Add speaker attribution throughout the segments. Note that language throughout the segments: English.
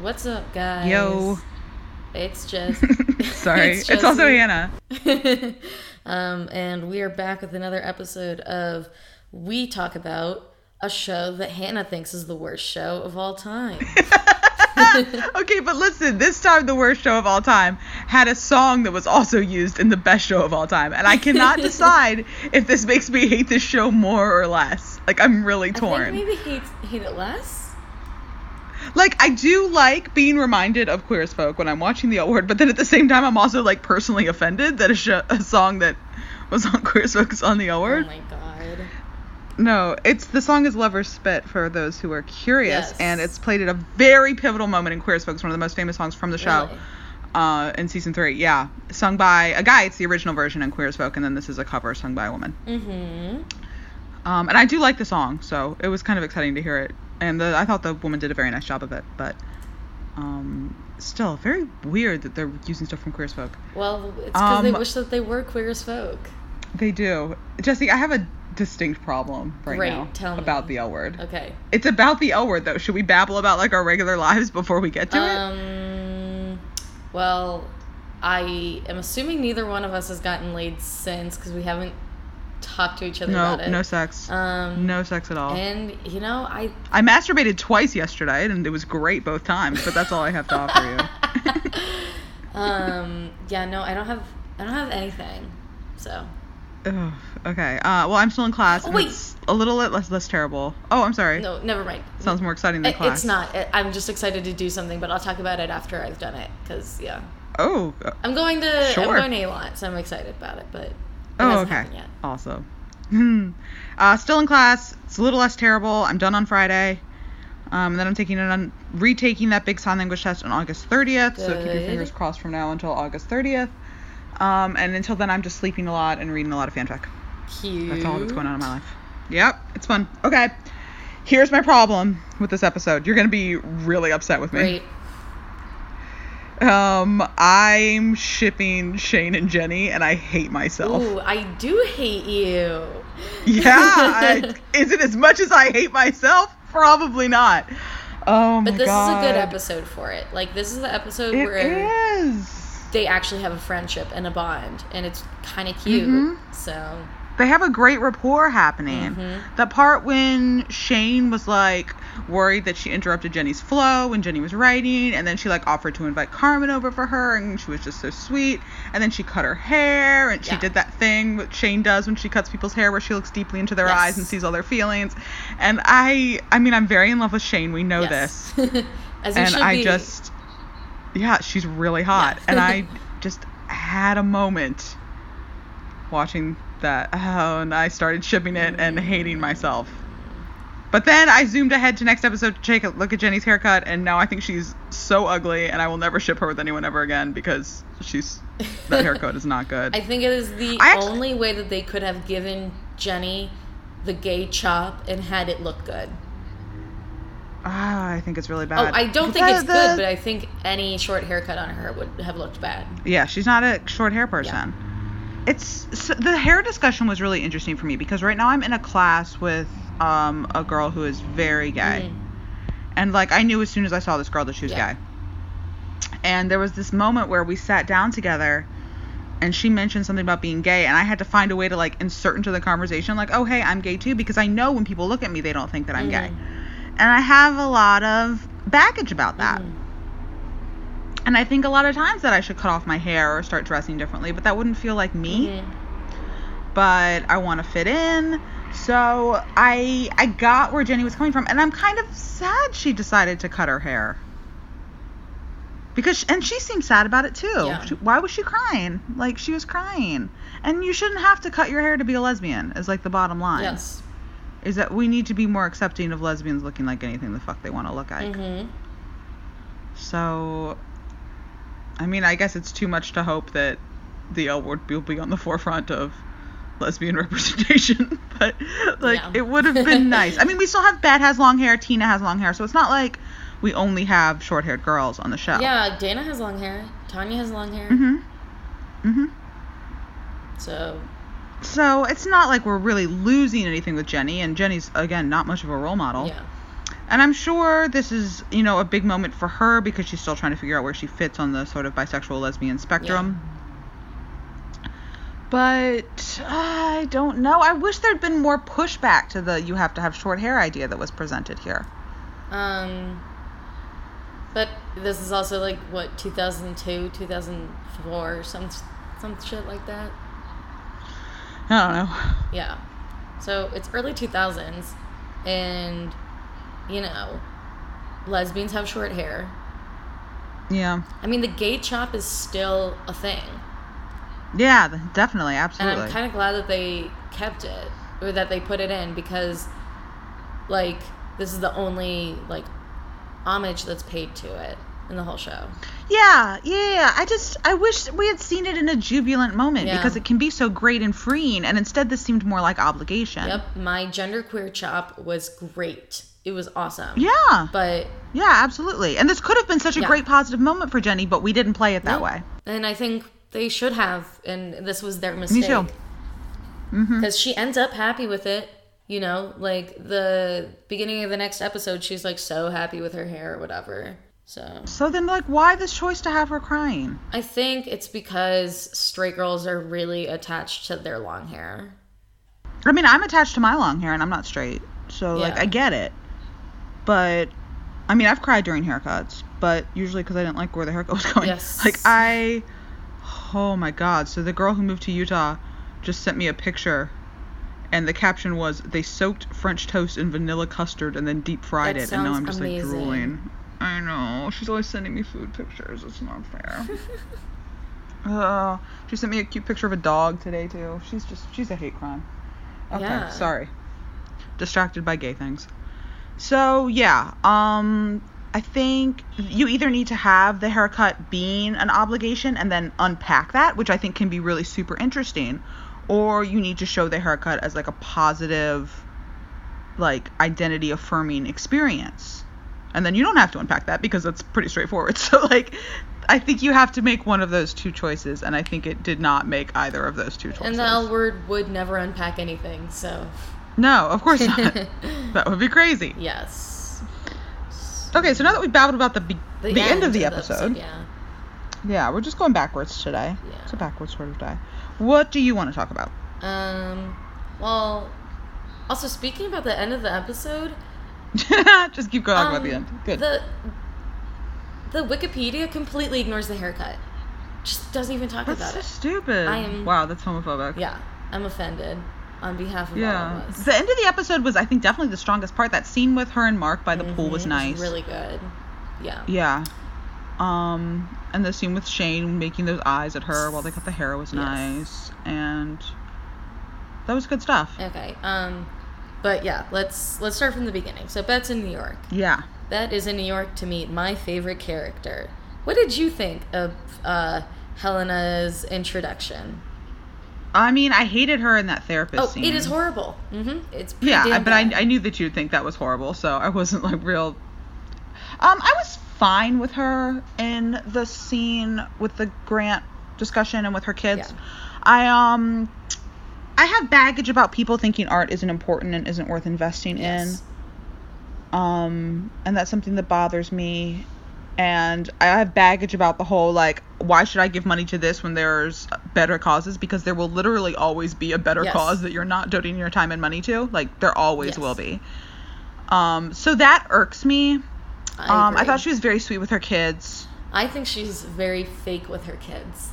Speaker 1: What's up, guys?
Speaker 2: Yo.
Speaker 1: It's just.
Speaker 2: Sorry. It's, also
Speaker 1: Chelsea.
Speaker 2: Hannah.
Speaker 1: um, and we are back with another episode of We Talk About a show that Hannah thinks is the worst show of all time.
Speaker 2: Okay, but listen, this time the worst show of all time had a song that was also used in the best show of all time, and I cannot decide if this makes me hate this show more or less. Like I'm really
Speaker 1: I
Speaker 2: torn.
Speaker 1: think maybe hate, hate it less?
Speaker 2: like I do like being reminded of Queer as Folk when I'm watching the award, but then at the same time I'm also like personally offended that a, show, a song that was on Queer as Folk is on the
Speaker 1: Oh
Speaker 2: award.
Speaker 1: my god.
Speaker 2: No, it's the song is Lover's Spit for those who are curious,
Speaker 1: Yes.
Speaker 2: and it's played at a very pivotal moment in Queer as Folk. It's one of the most famous songs from the show
Speaker 1: Really?
Speaker 2: uh, in season three. Yeah, sung by a guy. It's the original version in Queer as Folk, and then this is a cover sung by a woman.
Speaker 1: Mm
Speaker 2: Um, and I do like the song, so it was kind of exciting to hear it. And the, I thought the woman did a very nice job of it, but um, still very weird that they're using stuff from Queer as Folk.
Speaker 1: hmm. Well, it's because they
Speaker 2: Um,
Speaker 1: wish that they were queer as folk.
Speaker 2: They do, Jesse. I have a distinct problem right
Speaker 1: Great,
Speaker 2: now
Speaker 1: tell me.
Speaker 2: about the L word.
Speaker 1: Okay.
Speaker 2: It's about the L word though. Should we babble about like our regular lives before we get to it?
Speaker 1: Um, well, I am assuming neither one of us has gotten laid since because we haven't talked to each other
Speaker 2: No,
Speaker 1: about it.
Speaker 2: no sex.
Speaker 1: Um,
Speaker 2: no sex at all.
Speaker 1: And you know, I
Speaker 2: I masturbated twice yesterday and it was great both times, but that's all I have to offer you.
Speaker 1: um, yeah, no, I don't have, I don't have anything. So
Speaker 2: Ugh, okay. Uh, well, I'm still in class.
Speaker 1: Oh,
Speaker 2: and
Speaker 1: wait.
Speaker 2: It's a little li- less less terrible. Oh, I'm sorry.
Speaker 1: no, never mind.
Speaker 2: Sounds more exciting than
Speaker 1: I-
Speaker 2: class.
Speaker 1: It's not. I- I'm just excited to do something, but I'll talk about it after I've done it. Cause yeah,
Speaker 2: Oh. uh,
Speaker 1: I'm going to,
Speaker 2: Sure.
Speaker 1: I'm going to a lot, so I'm excited about it. But it
Speaker 2: Oh,
Speaker 1: hasn't
Speaker 2: okay.
Speaker 1: happened yet.
Speaker 2: Also. Hmm. uh, still in class. It's a little less terrible. I'm done on Friday. Um, and then I'm taking it on retaking that big sign language test on August 30th. So keep your
Speaker 1: Good.
Speaker 2: fingers crossed from now until August 30th. Um, and until then, I'm just sleeping a lot and reading a lot of fanfic.
Speaker 1: Cute.
Speaker 2: That's all that's going on in my life. Yep, it's fun. Okay. Here's my problem with this episode. You're going to be really upset with me.
Speaker 1: Great.
Speaker 2: Um, I'm shipping Shane and Jenny, and I hate myself.
Speaker 1: Ooh, I do hate you.
Speaker 2: Oh Yeah. I, is it as much as I hate myself? Probably not. Oh my
Speaker 1: But this
Speaker 2: God.
Speaker 1: is a good episode for it. Like this is the episode
Speaker 2: It
Speaker 1: where
Speaker 2: is.
Speaker 1: they actually have a friendship and a bond, and it's kind of cute.
Speaker 2: Mhm.
Speaker 1: So
Speaker 2: they have a great rapport happening.
Speaker 1: Mhm.
Speaker 2: That part when Shane was like worried that she interrupted Jenny's flow when Jenny was writing, and then she like offered to invite Carmen over for her, and she was just so sweet. And then she cut her hair, and she
Speaker 1: Yeah.
Speaker 2: did that thing that Shane does when she cuts people's hair, where she looks deeply into their
Speaker 1: Yes.
Speaker 2: eyes and sees all their feelings. And I, I mean, I'm very in love with Shane. We know this
Speaker 1: yes. As you
Speaker 2: and
Speaker 1: should
Speaker 2: I
Speaker 1: be.
Speaker 2: just yeah, she's really hot,
Speaker 1: Yeah.
Speaker 2: and I just had a moment watching that, oh, and I started shipping it and hating myself. But then I zoomed ahead to next episode to take a look at Jenny's haircut, and now I think she's so ugly, and I will never ship her with anyone ever again because she's that haircut is not good.
Speaker 1: I think it is the
Speaker 2: I actually-
Speaker 1: only way that they could have given Jenny the gay chop and had it look good.
Speaker 2: Ah, I think it's really
Speaker 1: Oh,
Speaker 2: bad.
Speaker 1: I don't think
Speaker 2: The-
Speaker 1: it's good,
Speaker 2: the-
Speaker 1: but I think any short haircut on her would have looked bad.
Speaker 2: Yeah, she's not a short hair person. It's so the hair discussion was really interesting for me because right now I'm in a class with um, a girl who is very gay, and like I knew as soon as I saw this girl that she was
Speaker 1: Mm-hmm. Yeah.
Speaker 2: gay. And there was this moment where we sat down together, and she mentioned something about being gay, and I had to find a way to like insert into the conversation like, oh hey, I'm gay too, because I know when people look at me they don't think that I'm gay, and I have a lot of baggage about that.
Speaker 1: Mhm.
Speaker 2: And I think a lot of times that I should cut off my hair or start dressing differently, but that wouldn't feel like me.
Speaker 1: Mhm.
Speaker 2: But I want to fit in. So I I got where Jenny was coming from, and I'm kind of sad she decided to cut her hair. Because and she seemed sad about it too.
Speaker 1: Yeah.
Speaker 2: She- why was she crying? Like she was crying. And you shouldn't have to cut your hair to be a lesbian. Is like the bottom line.
Speaker 1: Yes.
Speaker 2: Is that we need to be more accepting of lesbians looking like anything the fuck they want to look like.
Speaker 1: hmm
Speaker 2: So, I mean, I guess it's too much to hope that the L word will be on the forefront of lesbian representation, but like
Speaker 1: Yeah.
Speaker 2: it would have been nice. I mean, we still have Beth has long hair, Tina has long hair, so it's not like we only have short-haired girls on the show.
Speaker 1: Yeah, Dana has long hair. Tanya has long hair.
Speaker 2: Mhm. Mhm.
Speaker 1: So
Speaker 2: Oh. So it's not like we're really losing anything with Jenny, and Jenny's again not much of a role model.
Speaker 1: yeah.
Speaker 2: And I'm sure this is, you know, a big moment for her because she's still trying to figure out where she fits on the sort of bisexual lesbian spectrum. But I don't know. I wish there'd been more pushback to the you have to have short hair idea that was presented here.
Speaker 1: Um, but this is also like what 2002, 2004, some some shit like that.
Speaker 2: I
Speaker 1: Yeah. So it's early 2000s, and you know, lesbians have short hair.
Speaker 2: don't know. Yeah.
Speaker 1: I mean, the gay chop is still a thing,
Speaker 2: Yeah, th- definitely.
Speaker 1: and
Speaker 2: Absolutely.
Speaker 1: I'm kind of glad that they kept it or that they put it in because, like, this is the only like homage that's paid to it in the whole show.
Speaker 2: Yeah, yeah, yeah. I just I wish we had seen it in a jubilant moment
Speaker 1: Yeah.
Speaker 2: because it can be so great and freeing, and instead this seemed more like obligation.
Speaker 1: Yep, my genderqueer chop was great. It was awesome.
Speaker 2: Yeah.
Speaker 1: But
Speaker 2: Yeah, absolutely. And this could have been such a
Speaker 1: Yeah.
Speaker 2: great positive moment for Jenny, but we didn't play it that
Speaker 1: Nope.
Speaker 2: way.
Speaker 1: And I think they should have, and this was their mistake.
Speaker 2: too. Mm-hmm.
Speaker 1: Because she ends up happy with it, you know, like the beginning of the next episode, she's like so happy with her hair or whatever. So
Speaker 2: So then like why this choice to have her crying?
Speaker 1: I think it's because straight girls are really attached to their long hair.
Speaker 2: I mean, I'm attached to my long hair and I'm not straight. So like
Speaker 1: Yeah.
Speaker 2: I get it. But I mean, I've cried during haircuts, but usually cuz I didn't like where the haircut was going.
Speaker 1: Yes.
Speaker 2: Like I Oh my god. So the girl who moved to Utah just sent me a picture and the caption was they soaked french toast in vanilla custard and then deep fried
Speaker 1: That
Speaker 2: it and now
Speaker 1: sounds
Speaker 2: I'm just
Speaker 1: amazing.
Speaker 2: like drooling. I know. She's always sending me food pictures. It's not fair. Oh, she sent me a cute picture of a dog today too. She's just she's a hate crime. Okay,
Speaker 1: Yeah.
Speaker 2: sorry. Distracted by gay things. So yeah, um, I think you either need to have the haircut being an obligation and then unpack that, which I think can be really super interesting, or you need to show the haircut as like a positive, like identity affirming experience. And then you don't have to unpack that because that's pretty straightforward. So like I think you have to make one of those two choices and I think it did not make either of those two choices.
Speaker 1: And the L word would never unpack anything, so.
Speaker 2: No, of course not. that would be crazy.
Speaker 1: yes.
Speaker 2: Okay, so now that we've babbled about the be- the, end, of the episode, yeah.
Speaker 1: Yeah.
Speaker 2: we're just going backwards today.
Speaker 1: Yeah.
Speaker 2: It's a backwards sort of day. What do you want to talk about?
Speaker 1: Um, well, also speaking about the end of the episode,
Speaker 2: just keep going about
Speaker 1: um,
Speaker 2: the end. Good.
Speaker 1: The the Wikipedia completely ignores the haircut. Just doesn't even talk
Speaker 2: that's
Speaker 1: about
Speaker 2: so
Speaker 1: it.
Speaker 2: stupid.
Speaker 1: I am-
Speaker 2: Wow, that's homophobic.
Speaker 1: Yeah, I'm offended on behalf of all
Speaker 2: Yeah.
Speaker 1: of us.
Speaker 2: The end of the episode was, I think, definitely the strongest part. That scene with her and Mark by the pool was
Speaker 1: Mhm,
Speaker 2: nice.
Speaker 1: It's really good. Yeah.
Speaker 2: Yeah. Um, and the scene with Shane making those eyes at her while they cut the hair was nice, and that was good stuff.
Speaker 1: Okay. Um, but yeah, let's let's start from the beginning. So Bet's in New York.
Speaker 2: Yeah.
Speaker 1: Bet is in New York to meet my favorite character. What did you think of uh, Helena's introduction?
Speaker 2: I mean, I hated her in that therapist
Speaker 1: Oh,
Speaker 2: scene.
Speaker 1: it is horrible. hmm It's pretty
Speaker 2: Yeah, I-
Speaker 1: damn
Speaker 2: but I,
Speaker 1: bad.
Speaker 2: I knew that you'd think that was horrible, so I wasn't like real. Um, I was fine with her in the scene with the grant discussion and with her kids.
Speaker 1: Yeah.
Speaker 2: I um, I have baggage about people thinking art isn't important and isn't worth investing in.
Speaker 1: Yes.
Speaker 2: um and that's something that bothers me and i have baggage about the whole like why should i give money to this when there's better causes because there will literally always be a better
Speaker 1: Yes.
Speaker 2: cause that you're not donating your time and money to like there always
Speaker 1: Yes.
Speaker 2: will be um so that irks me um i
Speaker 1: agree.
Speaker 2: thought she was very sweet with her kids
Speaker 1: I think she's very fake with her kids.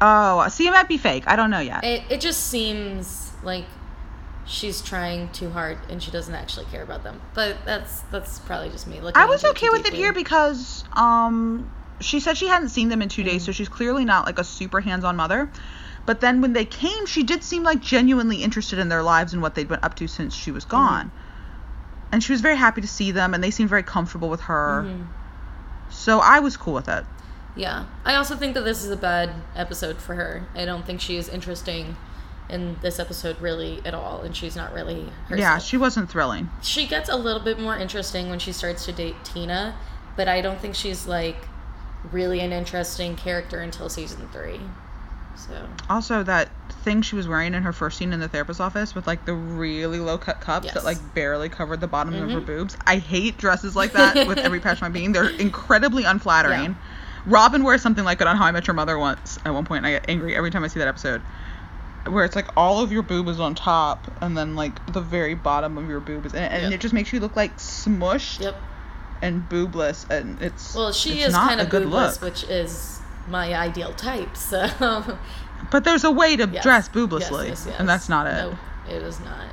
Speaker 2: oh see it might be fake i don't know yet
Speaker 1: It, it just seems like she's trying too hard and she doesn't actually care about them. But that's that's probably just me. Looking
Speaker 2: I was
Speaker 1: into
Speaker 2: okay
Speaker 1: too
Speaker 2: with it
Speaker 1: deeply.
Speaker 2: here because um she said she hadn't seen them in two days, so she's clearly not like a super hands-on mother. But then when they came, she did seem like genuinely interested in their lives and what they'd been up to since she was gone. And she was very happy to see them and they seemed very comfortable with her. So I was cool with it.
Speaker 1: Yeah. I also think that this is a bad episode for her. I don't think she is interesting in this episode really at all, and she's not really herself.
Speaker 2: Yeah, she wasn't thrilling.
Speaker 1: she gets a little bit more interesting when she starts to date Tina, but I don't think she's like really an interesting character until season three. So
Speaker 2: Also that thing she was wearing in her first scene in the therapist's office with like the really low cut cups
Speaker 1: Yes. Mm-hmm.
Speaker 2: that like barely covered the bottom of her boobs. I hate dresses like that with every patch of my being. They're incredibly unflattering. Robin wears something like it on How I Met Your Mother once at one point. and I get angry every time I see that episode. Where it's like all of your boob is on top and then like the very bottom of your boob is and, and
Speaker 1: Yep.
Speaker 2: it just makes you look like smushed
Speaker 1: Yep.
Speaker 2: and boobless and it's
Speaker 1: Well, she
Speaker 2: it's
Speaker 1: is
Speaker 2: not
Speaker 1: kind
Speaker 2: a
Speaker 1: of
Speaker 2: good
Speaker 1: boobless,
Speaker 2: look.
Speaker 1: which is my ideal type. So
Speaker 2: But there's a way to
Speaker 1: yes. Yes,
Speaker 2: dress booblessly,
Speaker 1: yes, yes.
Speaker 2: and that's not it.
Speaker 1: Nope, it is not.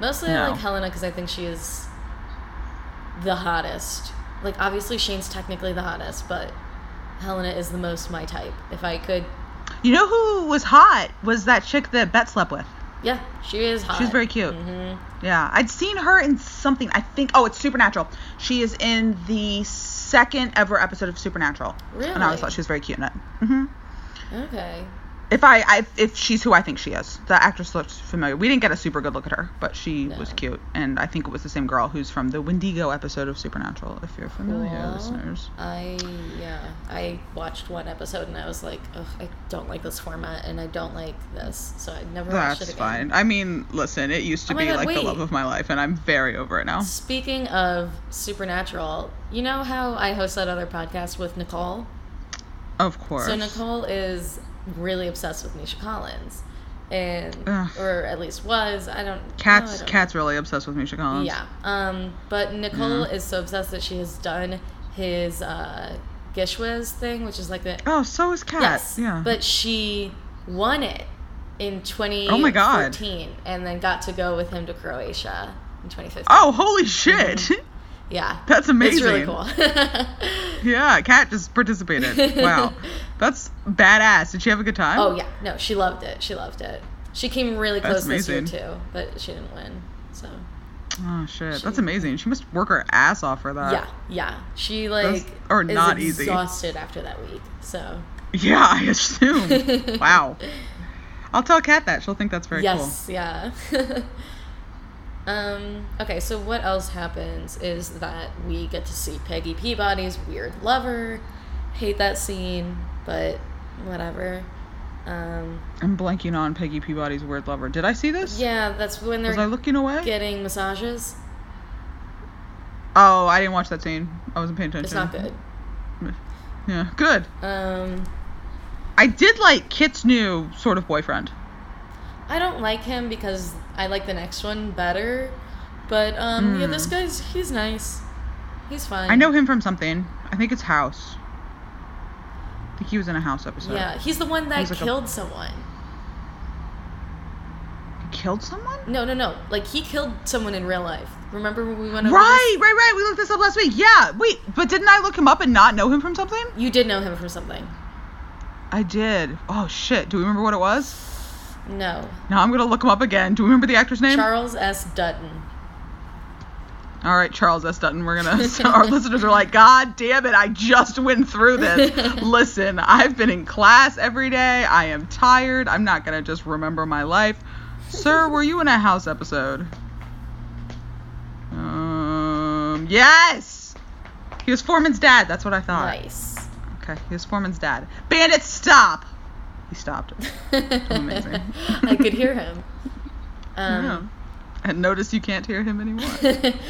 Speaker 1: Mostly I
Speaker 2: No.
Speaker 1: like Helena because I think she is the hottest. Like obviously Shane's technically the hottest, but Helena is the most my type. If I could,
Speaker 2: You know who was hot was that chick that Bet slept with.
Speaker 1: yeah, she is hot.
Speaker 2: She was very cute.
Speaker 1: Mhm.
Speaker 2: Yeah, I'd seen her in something. I think. Oh, it's Supernatural. She is in the second ever episode of Supernatural, and I
Speaker 1: Really?
Speaker 2: always thought she was very cute in it. hmm
Speaker 1: Okay.
Speaker 2: If I, I, if she's who I think she is, the actress looks familiar. We didn't get a super good look at her, but she was
Speaker 1: No.
Speaker 2: cute, and I think it was the same girl who's from the Wendigo episode of Supernatural. If you're familiar,
Speaker 1: Cool.
Speaker 2: listeners.
Speaker 1: I yeah, I watched one episode and I was like, Ugh, I don't like this format and I don't like this, so I never watched it
Speaker 2: That's
Speaker 1: again.
Speaker 2: fine. I mean, listen, it used to
Speaker 1: Oh my
Speaker 2: be
Speaker 1: God,
Speaker 2: like the
Speaker 1: wait.
Speaker 2: love of my life, and I'm very over it now.
Speaker 1: Speaking of Supernatural, you know how I host that other podcast with Nicole?
Speaker 2: Of course.
Speaker 1: So Nicole is really obsessed with Misha Collins. And
Speaker 2: Ugh.
Speaker 1: or at least was. I don't no, I
Speaker 2: Cat's
Speaker 1: don't-
Speaker 2: Cat's really obsessed with Misha Collins.
Speaker 1: Yeah. Um but Nicole is so obsessed that she has done his uh Gishwiz thing, which is like the
Speaker 2: Oh, so is Cat.
Speaker 1: Yes.
Speaker 2: Yeah.
Speaker 1: But she won it in 2014
Speaker 2: my God.
Speaker 1: and then got to go with him to Croatia in 2015.
Speaker 2: oh, holy shit!
Speaker 1: yeah.
Speaker 2: That's amazing.
Speaker 1: Mm-hmm. It's really cool.
Speaker 2: Yeah, Cat just participated. Wow, that's badass. Did she have a good time?
Speaker 1: oh yeah. No, she loved it. She loved it. She came really
Speaker 2: That's
Speaker 1: close this year
Speaker 2: amazing.
Speaker 1: too, but she didn't win. So
Speaker 2: Oh shit, that's
Speaker 1: She-
Speaker 2: amazing. She must work her ass off for that.
Speaker 1: yeah, yeah. She like
Speaker 2: or
Speaker 1: is
Speaker 2: Uh, not easy.
Speaker 1: exhausted after that week. So
Speaker 2: Yeah, I assume. wow. I'll tell Cat that. She'll think that's very
Speaker 1: yes, yeah. um, okay, so what else happens is that we get to see Peggy Peabody's weird lover. Hate that scene, but whatever. Um,
Speaker 2: cool. I'm blanking on Peggy Peabody's weird lover. Did I see this?
Speaker 1: yeah, that's when
Speaker 2: Was I
Speaker 1: they're
Speaker 2: looking away?
Speaker 1: getting massages.
Speaker 2: Oh, I didn't watch that scene. I wasn't paying attention.
Speaker 1: It's not good.
Speaker 2: Yeah, good.
Speaker 1: Um,
Speaker 2: I did like Kit's new sort of boyfriend.
Speaker 1: I don't like him because I like the next one better. But um, yeah, this guy's he's nice. He's fine.
Speaker 2: Hmm. I know him from something. I think it's House. I think he was in a House episode.
Speaker 1: Yeah, he's the one that
Speaker 2: He's like a-
Speaker 1: killed someone.
Speaker 2: He killed someone?
Speaker 1: No, no, no. Like he killed someone in real life. Remember when we went over?
Speaker 2: Right, right, right. We looked this up last week. Yeah. Wait, but didn't I look him up and not know him from something?
Speaker 1: this? You did know him from something.
Speaker 2: I did. Oh shit. Do we remember what it was?
Speaker 1: No,
Speaker 2: Now I'm gonna look him up again. Do we remember the actor's name?
Speaker 1: Charles S. Dutton.
Speaker 2: All right, Charles S. Dutton. We're gonna. So our listeners are like, God damn it! I just went through this. Listen, I've been in class every day. I am tired. I'm not gonna just remember my life. Sir, were you in a house episode? Um. Yes. He was Foreman's dad. That's what I thought.
Speaker 1: Nice.
Speaker 2: Okay. He was Foreman's dad. Bandit, stop. He stopped. Amazing.
Speaker 1: I could hear him.
Speaker 2: yeah.
Speaker 1: Um,
Speaker 2: And notice you can't hear him anymore.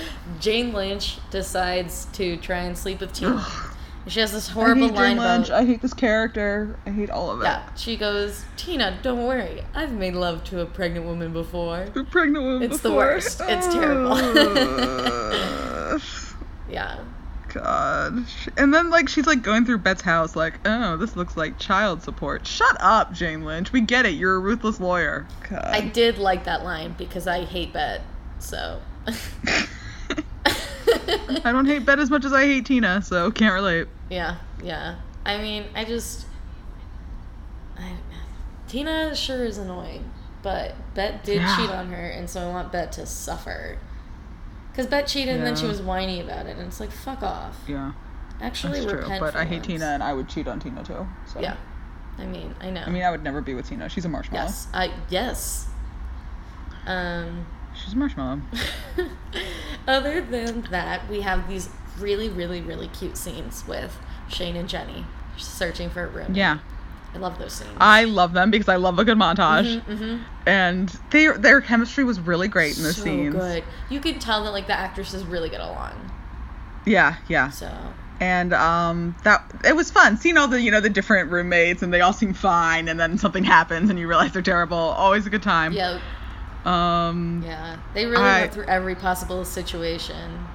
Speaker 1: Jane Lynch decides to try and sleep with Tina.
Speaker 2: Ugh.
Speaker 1: She has this
Speaker 2: I
Speaker 1: horrible
Speaker 2: hate
Speaker 1: line
Speaker 2: Jane
Speaker 1: about
Speaker 2: Lynch. I hate this character. I hate all of it.
Speaker 1: Yeah, she goes, Tina, don't worry. I've made love to a pregnant woman before.
Speaker 2: A pregnant woman
Speaker 1: It's the
Speaker 2: before.
Speaker 1: worst. It's terrible.
Speaker 2: Ugh.
Speaker 1: Yeah.
Speaker 2: God. And then like she's like going through Bet's house like, "Oh, this looks like child support." Shut up, Jane Lynch. We get it. You're a ruthless lawyer. God.
Speaker 1: I did like that line because I hate Bet, so.
Speaker 2: I don't hate Bet as much as I hate Tina, so can't relate.
Speaker 1: yeah, yeah. I mean, I just. I, Tina sure is annoying, but Bet did
Speaker 2: Yeah.
Speaker 1: cheat on her, and so I want Bet to suffer. Because Bet cheated and then she
Speaker 2: Yeah.
Speaker 1: was whiny about it, and it's like, fuck off.
Speaker 2: Yeah,
Speaker 1: Actually,
Speaker 2: that's true.
Speaker 1: repent.
Speaker 2: But
Speaker 1: for
Speaker 2: I hate
Speaker 1: once.
Speaker 2: Tina, and I would cheat on Tina too. So.
Speaker 1: Yeah. I mean, I know.
Speaker 2: I mean, I would never be with Tina. She's a marshmallow.
Speaker 1: Yes, I yes. Um,
Speaker 2: She's a marshmallow.
Speaker 1: other than that, we have these really, really, really cute scenes with Shane and Jenny searching for a room.
Speaker 2: Yeah.
Speaker 1: I love those scenes.
Speaker 2: I love them because I love a good montage,
Speaker 1: Mhm, mhm.
Speaker 2: and their their chemistry was really great in the
Speaker 1: so
Speaker 2: scenes.
Speaker 1: good. You could tell that like the actresses really get along.
Speaker 2: Yeah, yeah,
Speaker 1: So
Speaker 2: and um, that it was fun seeing all the you know the different roommates and they all seem fine, and then something happens and you realize they're terrible. Always a good time.
Speaker 1: yeah,
Speaker 2: Um, yeah,
Speaker 1: yeah. They really
Speaker 2: I-
Speaker 1: went through every possible situation.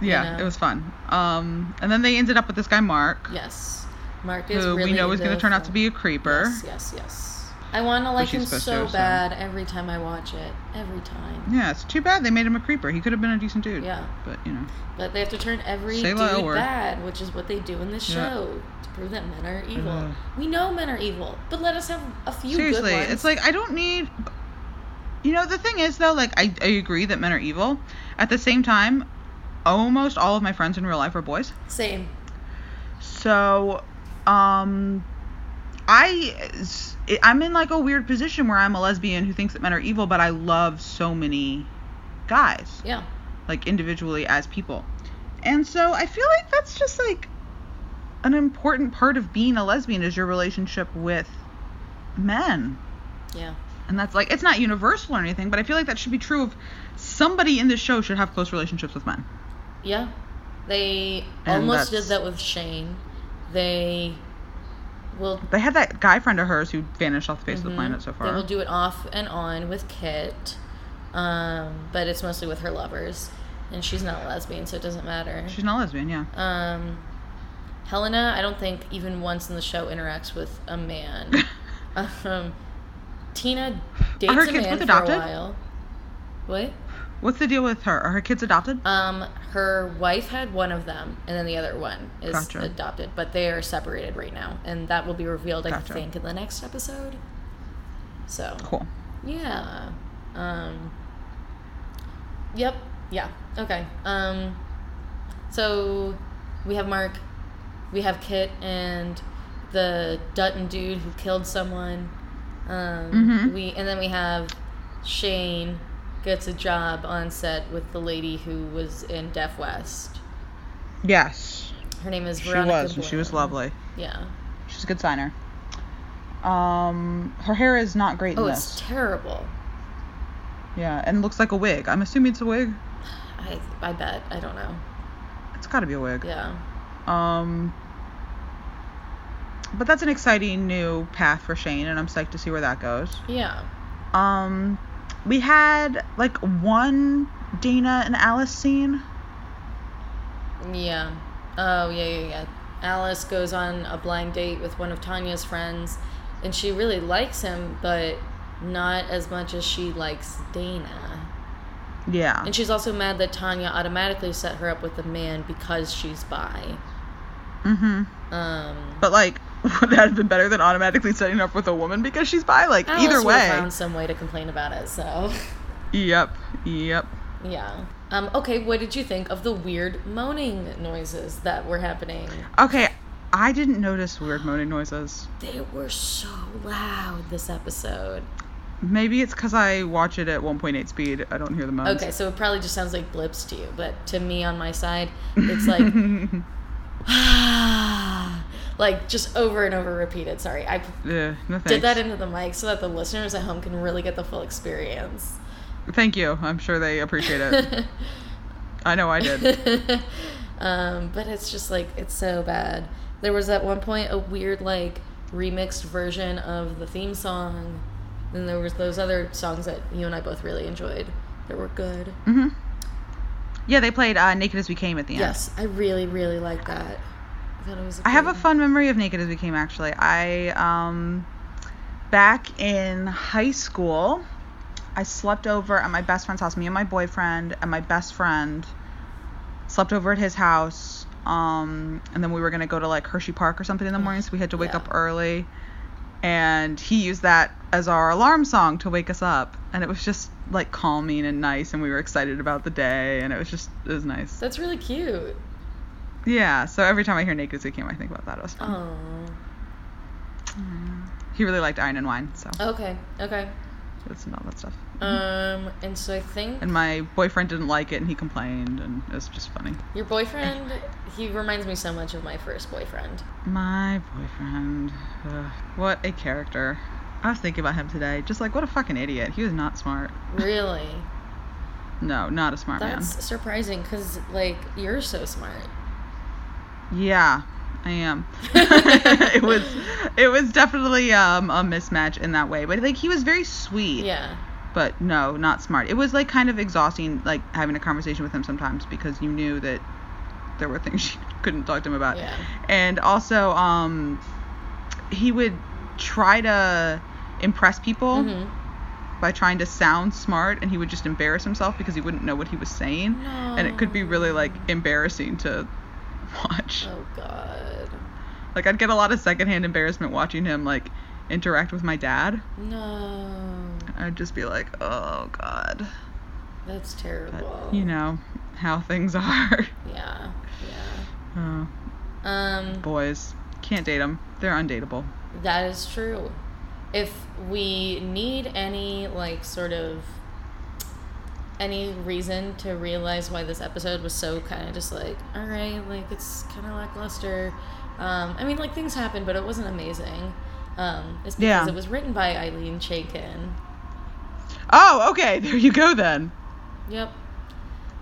Speaker 1: you know.
Speaker 2: it was fun. Um, and then they ended up with this guy Mark,
Speaker 1: Yes, Mark is
Speaker 2: who
Speaker 1: really
Speaker 2: we know is
Speaker 1: going
Speaker 2: going to turn out to be a creeper.
Speaker 1: Yes, yes, yes. I want to like
Speaker 2: she's
Speaker 1: him
Speaker 2: supposed
Speaker 1: so
Speaker 2: to, so-
Speaker 1: bad every time I watch it. Every time.
Speaker 2: Yeah, it's too bad they made him a creeper. He could have been a decent dude.
Speaker 1: Yeah.
Speaker 2: But you know.
Speaker 1: But they have to turn every
Speaker 2: Say the
Speaker 1: dude
Speaker 2: word.
Speaker 1: bad, which is what they do in this
Speaker 2: Yeah.
Speaker 1: show to prove that men are evil.
Speaker 2: Ugh.
Speaker 1: we know men are evil, but let us have a few
Speaker 2: Seriously,
Speaker 1: good ones.
Speaker 2: it's like I don't need. You know the thing is though, like I, I agree that men are evil. At the same time, almost all of my friends in real life are boys.
Speaker 1: same.
Speaker 2: So, um, I I'm in like a weird position where I'm a lesbian who thinks that men are evil, but I love so many guys,
Speaker 1: Yeah.
Speaker 2: like individually as people. And so I feel like that's just like an important part of being a lesbian is your relationship with men.
Speaker 1: Yeah.
Speaker 2: And that's like it's not universal or anything, but I feel like that should be true of somebody in this show should have close relationships with men.
Speaker 1: Yeah. They
Speaker 2: And
Speaker 1: almost
Speaker 2: that's-
Speaker 1: did that with Shane. They will
Speaker 2: They had that guy friend of hers who vanished off the face of
Speaker 1: Mhm.
Speaker 2: the planet so
Speaker 1: They
Speaker 2: far.
Speaker 1: will do it off and on with Kit, um, but it's mostly with her lovers, and she's not lesbian, so it doesn't matter.
Speaker 2: She's not lesbian, yeah.
Speaker 1: Um, Helena, I don't think even once in the show interacts with a man. um, Tina dates
Speaker 2: her
Speaker 1: a
Speaker 2: kids
Speaker 1: man
Speaker 2: both
Speaker 1: for
Speaker 2: adopted?
Speaker 1: a while. What?
Speaker 2: What's the deal with her? Are her kids adopted?
Speaker 1: Um, her wife had one of them, and then the other one is
Speaker 2: Gotcha.
Speaker 1: adopted, but they are separated right now, and that will be revealed, I
Speaker 2: Gotcha.
Speaker 1: think, in the next episode. So
Speaker 2: Cool.
Speaker 1: yeah, um, yep, yeah, okay. Um, so we have Mark, we have Kit, and the Dutton dude who killed someone. Um,
Speaker 2: Mhm.
Speaker 1: We and then we have Shane gets a job on set with the lady who was in Deaf West.
Speaker 2: Yes.
Speaker 1: Her name is
Speaker 2: She
Speaker 1: Veronica.
Speaker 2: was, and she was
Speaker 1: Bloom.
Speaker 2: lovely.
Speaker 1: Yeah.
Speaker 2: She's a good signer. Um, her hair is not great
Speaker 1: Oh,
Speaker 2: in
Speaker 1: it's
Speaker 2: this.
Speaker 1: terrible.
Speaker 2: yeah, and looks like a wig. I'm assuming it's a wig.
Speaker 1: I I bet I don't know.
Speaker 2: It's got to be a wig.
Speaker 1: Yeah.
Speaker 2: Um, but that's an exciting new path for Shane, and I'm psyched to see where that goes.
Speaker 1: Yeah.
Speaker 2: Um, we had like one Dana and Alice scene.
Speaker 1: Yeah. Oh, yeah, yeah, yeah. Alice goes on a blind date with one of Tanya's friends, and she really likes him, but not as much as she likes Dana.
Speaker 2: Yeah.
Speaker 1: And she's also mad that Tanya automatically set her up with a man because she's bi.
Speaker 2: Mm-hmm.
Speaker 1: Um,
Speaker 2: But like, would that have been better than automatically setting up with a woman because she's bi? Like,
Speaker 1: Alice
Speaker 2: either
Speaker 1: would've
Speaker 2: way.
Speaker 1: found some way to complain about it. So,
Speaker 2: Yep. Yep.
Speaker 1: yeah. Um, okay, what did you think of the weird moaning noises that were happening?
Speaker 2: Okay, I didn't notice weird moaning noises.
Speaker 1: They were so loud this episode.
Speaker 2: Maybe it's because I watch it at 1.8 speed. I don't hear the moans.
Speaker 1: Okay, so it probably just sounds like blips to you, but to me on my side, it's like like just over and over repeated. Sorry, I
Speaker 2: Ugh, Eh, no
Speaker 1: did that
Speaker 2: thanks.
Speaker 1: into the mic so that the listeners at home can really get the full experience.
Speaker 2: Thank you. I'm sure they appreciate it. I know I did.
Speaker 1: um, but it's just like it's so bad. There was at one point a weird like remixed version of the theme song. Then there was those other songs that you and I both really enjoyed. That were good.
Speaker 2: hmm Yeah, they played uh, Naked as We Came at the end.
Speaker 1: Yes, I really, really like that. I thought it was.
Speaker 2: I have a
Speaker 1: great-
Speaker 2: fun memory of Naked as We Came actually. I um back in high school, I slept over at my best friend's house. Me and my boyfriend and my best friend slept over at his house. Um and then we were gonna go to like Hershey Park or something in the morning, so we had to wake
Speaker 1: Yeah.
Speaker 2: up early. And he used that as our alarm song to wake us up. And it was just like calming and nice and we were excited about the day and it was just it was nice.
Speaker 1: That's really cute.
Speaker 2: Yeah. So every time I hear Naked as We Came I think about that. It was fun.
Speaker 1: Oh.
Speaker 2: He really liked Iron and Wine, so.
Speaker 1: Okay. Okay.
Speaker 2: It's not that stuff.
Speaker 1: Um, and so I think
Speaker 2: Mm-hmm. And my boyfriend didn't like it, and he complained, and it was just funny.
Speaker 1: your boyfriend, he reminds me so much of my first boyfriend.
Speaker 2: My boyfriend, Ugh, what a character. I was thinking about him today, just like what a fucking idiot. He was not smart.
Speaker 1: Really?
Speaker 2: No, not a smart
Speaker 1: That's surprising because, like, you're so smart.
Speaker 2: man. Yeah, I am. it was, it was definitely um, a mismatch in that way. But like he was very sweet.
Speaker 1: Yeah.
Speaker 2: but no, not smart. It was like kind of exhausting, like having a conversation with him sometimes because you knew that there were things she couldn't talk to him about.
Speaker 1: Yeah.
Speaker 2: And also, um, he would try to impress people
Speaker 1: Mm-hmm.
Speaker 2: by trying to sound smart, and he would just embarrass himself because he wouldn't know what he was saying, and it could be really like embarrassing to watch.
Speaker 1: Oh God.
Speaker 2: Like I'd get a lot of secondhand embarrassment watching him like interact with my dad.
Speaker 1: No.
Speaker 2: I'd just be like, oh god.
Speaker 1: That's
Speaker 2: but
Speaker 1: terrible.
Speaker 2: you know how things are.
Speaker 1: Yeah. Yeah.
Speaker 2: Oh,
Speaker 1: Um.
Speaker 2: boys can't date them; they're undateable.
Speaker 1: That is true. If we need any, like, sort of any reason to realize why this episode was so kind of just like, all right, like, it's kind of lackluster. Um, I mean, like, things happen, but it wasn't amazing. Um, it's because
Speaker 2: Yeah.
Speaker 1: it was written by Eileen Chaikin.
Speaker 2: Oh, okay, there you go then.
Speaker 1: Yep.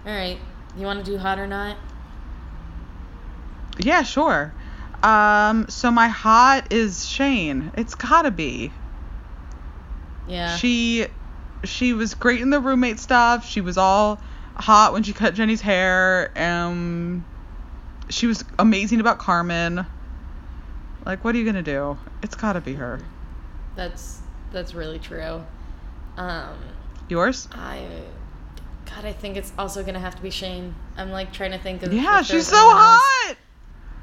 Speaker 1: All right. You want to do hot or not?
Speaker 2: Yeah, sure. Um, so my hot is Shane. It's gotta be.
Speaker 1: Yeah.
Speaker 2: She, she was great in the roommate stuff. She was all hot when she cut Jenny's hair. Um, she was amazing about Carmen. Like, what are you gonna do? It's gotta be her.
Speaker 1: that's that's really true. Um,
Speaker 2: Yours?
Speaker 1: I, God, I think it's also gonna have to be Shane. I'm like trying to think of.
Speaker 2: Yeah,
Speaker 1: if
Speaker 2: she's
Speaker 1: there's
Speaker 2: so
Speaker 1: anyone else.
Speaker 2: hot.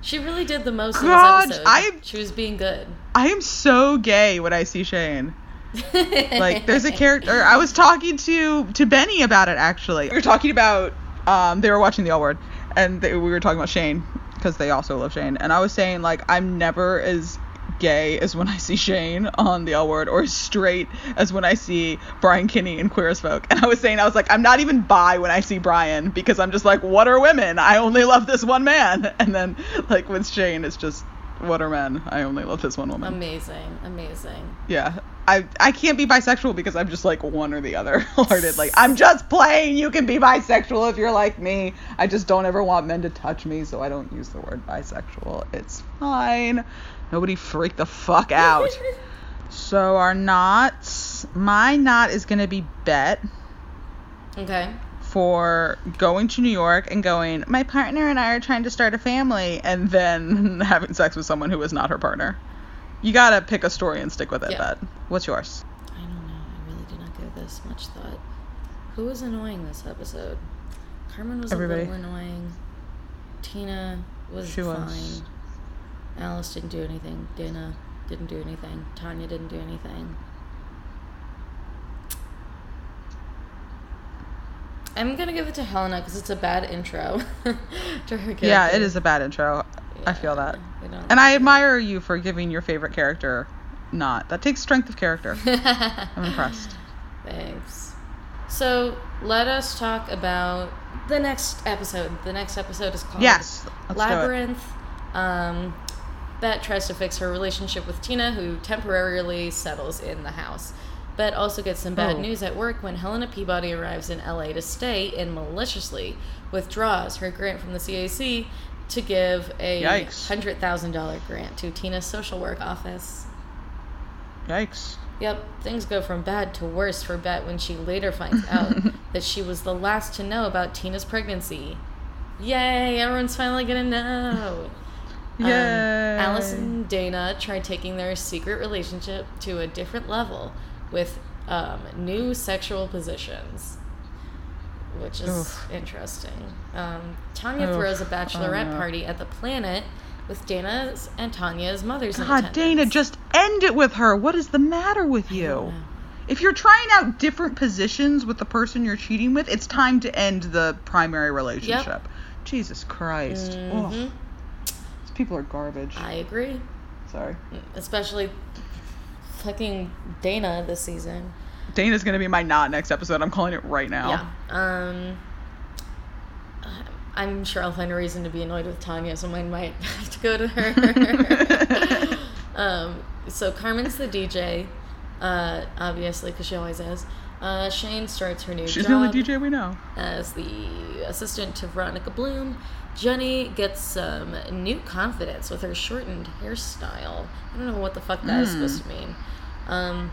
Speaker 1: She really did the most
Speaker 2: God,
Speaker 1: in this episode.
Speaker 2: I-
Speaker 1: She was being good.
Speaker 2: I am so gay when I see Shane. Like, there's a character. I was talking to to Benny about it actually. We were talking about um, they were watching The L Word, and they, we were talking about Shane because they also love Shane. And I was saying like I'm never as gay as when I see Shane on The L Word, or as straight as when I see Brian Kinney in Queer as Folk. And I was saying I was like I'm not even bi when I see Brian because I'm just like what are women? I only love this one man. And then like with Shane, it's just what are men? I only love this one
Speaker 1: Um,
Speaker 2: woman.
Speaker 1: Amazing, amazing.
Speaker 2: Yeah. I, I can't be bisexual because I'm just like one or the other hearted. Like, I'm just playing. You can be bisexual if you're like me. I just don't ever want men to touch me, so I don't use the word bisexual. It's fine. Nobody freak the fuck out. so, our knots. My knot is going to be bet
Speaker 1: okay.
Speaker 2: for going to New York and going, my partner and I are trying to start a family, and then having sex with someone who is not her partner. You gotta pick a story and stick with it,
Speaker 1: Yeah.
Speaker 2: but what's yours?
Speaker 1: I don't know. I really did not give this much thought. Who was annoying this episode? Carmen was
Speaker 2: Everybody.
Speaker 1: a little annoying. Tina was
Speaker 2: She
Speaker 1: fine.
Speaker 2: was.
Speaker 1: Alice didn't do anything. Dana didn't do anything. Tanya didn't do anything. I'm gonna give it to Helena because it's a bad intro to her character.
Speaker 2: Yeah, it is a bad intro. I feel that.
Speaker 1: I don't
Speaker 2: And I
Speaker 1: like it.
Speaker 2: admire you for giving your favorite character not. That takes strength of character. I'm impressed.
Speaker 1: Thanks. So let us talk about the next episode. The next episode is called
Speaker 2: Yes. Let's do it.
Speaker 1: Labyrinth. Um, Bet tries to fix her relationship with Tina, who temporarily settles in the house. Bet also gets some bad
Speaker 2: Oh.
Speaker 1: news at work when Helena Peabody arrives in LA to stay and maliciously withdraws her grant from the CAC to give a
Speaker 2: Yikes.
Speaker 1: $100,000 grant to Tina's social work office.
Speaker 2: Yikes.
Speaker 1: Yep, things go from bad to worse for Bet when she later finds out that she was the last to know about Tina's pregnancy. Yay, everyone's finally gonna know. Um,
Speaker 2: Yay.
Speaker 1: Alice and Dana try taking their secret relationship to a different level with um, new sexual positions, which is
Speaker 2: Oof.
Speaker 1: interesting. Um, Tanya
Speaker 2: Oof.
Speaker 1: throws a bachelorette
Speaker 2: Oh, no.
Speaker 1: party at the planet with Dana's and Tanya's mothers in
Speaker 2: God,
Speaker 1: attendance.
Speaker 2: Dana, just end it with her. What is the matter with
Speaker 1: I don't
Speaker 2: you?
Speaker 1: know.
Speaker 2: If you're trying out different positions with the person you're cheating with, it's time to end the primary relationship. Jesus Christ. Ugh.
Speaker 1: Mhm.
Speaker 2: These people are garbage.
Speaker 1: I agree.
Speaker 2: Sorry.
Speaker 1: especially fucking Dana this season.
Speaker 2: Dana's gonna be my not next episode. I'm calling it right now.
Speaker 1: Yeah. Um, I'm sure I'll find a reason to be annoyed with Tanya, so mine might have to go to her. um, so Carmen's the DJ, uh, obviously, because she always is. Uh, Shane starts her new
Speaker 2: She's
Speaker 1: job
Speaker 2: the only DJ we know.
Speaker 1: as the assistant to Veronica Bloom. Jenny gets some new confidence with her shortened hairstyle. I don't know what the fuck that is supposed to mean. Um,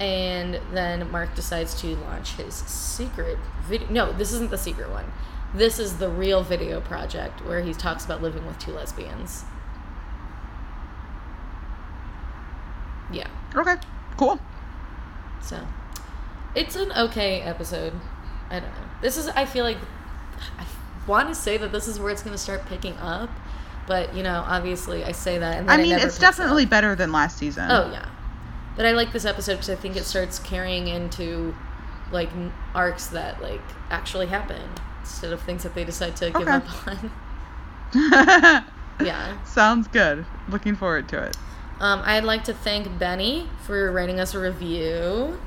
Speaker 1: and then Mark decides to launch his secret video. No, this isn't the secret one. This is the real video project where he talks about living with two lesbians. Yeah,
Speaker 2: Okay, cool.
Speaker 1: so it's an okay episode. I don't know. This is, I feel like, I want to say that this is where it's going to start picking up, but you know, obviously, I say that. And then
Speaker 2: I
Speaker 1: it
Speaker 2: mean,
Speaker 1: never
Speaker 2: it's
Speaker 1: picks up.
Speaker 2: definitely better than last season.
Speaker 1: Oh yeah, but I like this episode because I think it starts carrying into like n- arcs that like actually happen instead of things that they decide to give
Speaker 2: Okay.
Speaker 1: up on. Oh. yeah.
Speaker 2: Sounds good. Looking forward to it.
Speaker 1: Um, I'd like to thank Benny for writing us a review.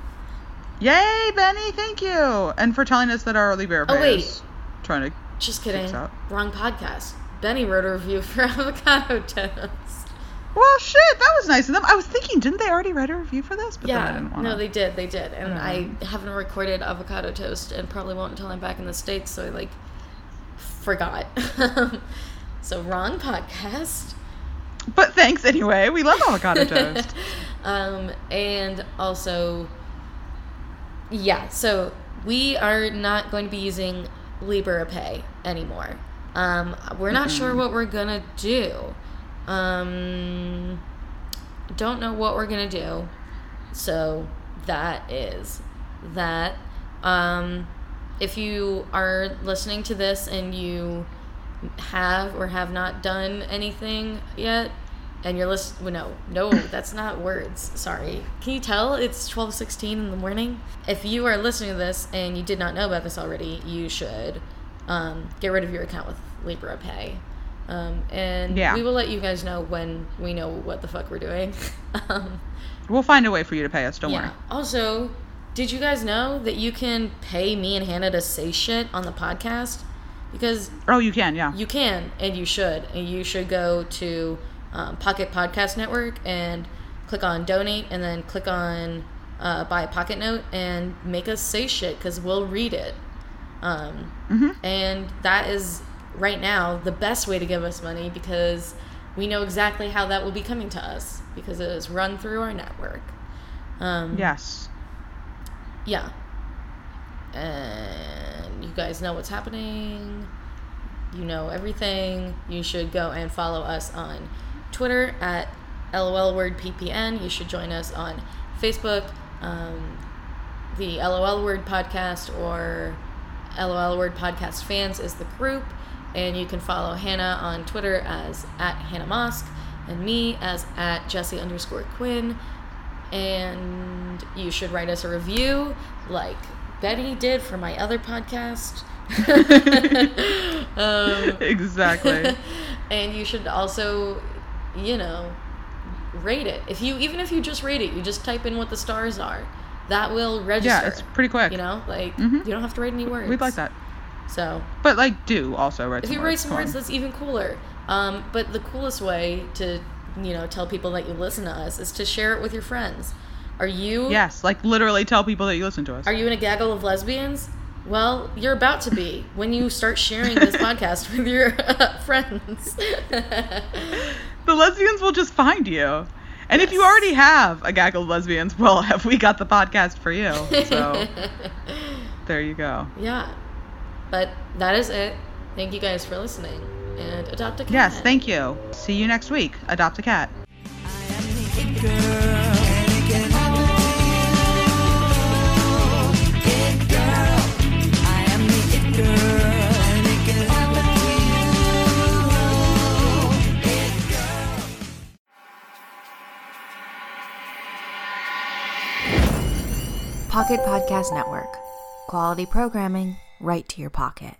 Speaker 2: Yay, Benny! Thank you, and for telling us that our early bear
Speaker 1: Oh,
Speaker 2: bear
Speaker 1: wait.
Speaker 2: is trying to.
Speaker 1: Just kidding.
Speaker 2: Fix up.
Speaker 1: Wrong podcast. Benny wrote a review for avocado toast.
Speaker 2: Well, shit, that was nice of them. I was thinking, didn't they already write a review for this? But then I
Speaker 1: yeah.
Speaker 2: didn't want
Speaker 1: No,
Speaker 2: to.
Speaker 1: they did. They did. And I haven't recorded avocado toast and probably won't until I'm back in the States, so I like forgot. so wrong podcast.
Speaker 2: But thanks anyway. We love avocado toast.
Speaker 1: um, and also, yeah, so we are not going to be using Libra Pay anymore. Um, we're not sure what we're going to do. Um, don't know what we're going to do. So that is that. Um, if you are listening to this and you have or have not done anything yet, and you're listening, well, no, no, that's not words. Sorry. Can you tell it's twelve sixteen in the morning? If you are listening to this and you did not know about this already, you should um, get rid of your account with Libra Pay. Um, and
Speaker 2: Yeah.
Speaker 1: we will let you guys know when we know what the fuck we're doing. um,
Speaker 2: We'll find a way for you to pay us. Don't
Speaker 1: yeah.
Speaker 2: worry.
Speaker 1: Also, did you guys know that you can pay me and Hannah to say shit on the podcast? Because
Speaker 2: Oh, you can. Yeah.
Speaker 1: you can and you should. And you should go to um, Pocket Podcast Network and click on donate and then click on uh, buy a pocket note and make us say shit because we'll read it. Um, And that is right now the best way to give us money because we know exactly how that will be coming to us because it is run through our network. Um,
Speaker 2: Yes.
Speaker 1: yeah. And you guys know what's happening. You know everything. You should go and follow us on Twitter at LOLWordPPN. You should join us on Facebook, um, the LOL Word Podcast or LOL Word Podcast Fans is the group. And you can follow Hannah on Twitter as at Hannah Mosk and me as at Jesse underscore Quinn and you should write us a review like Betty did for my other podcast. um,
Speaker 2: Exactly.
Speaker 1: and you should also, you know, rate it. If you even if you just rate it, you just type in what the stars are. That will register.
Speaker 2: yeah, it's pretty quick.
Speaker 1: you know, like
Speaker 2: Mhm.
Speaker 1: you don't have to write any words.
Speaker 2: We'd like that.
Speaker 1: So
Speaker 2: But like, do also write.
Speaker 1: if
Speaker 2: some
Speaker 1: you write
Speaker 2: words.
Speaker 1: some
Speaker 2: Come
Speaker 1: words,
Speaker 2: on.
Speaker 1: that's even cooler. Um, but the coolest way to, you know, tell people that you listen to us is to share it with your friends. Are you
Speaker 2: Yes, like literally tell people that you listen to us.
Speaker 1: Are you in a gaggle of lesbians? Well, you're about to be when you start sharing this podcast with your uh, friends.
Speaker 2: the lesbians will just find you. And if you
Speaker 1: Yes.
Speaker 2: already have a gaggle of lesbians, well, have we got the podcast for you? So there you go.
Speaker 1: yeah. But that is it. Thank you guys for listening and adopt a cat.
Speaker 2: Yes, thank you. See you next week. Adopt a cat.
Speaker 3: Pocket Podcast Network. Quality programming right to your pocket.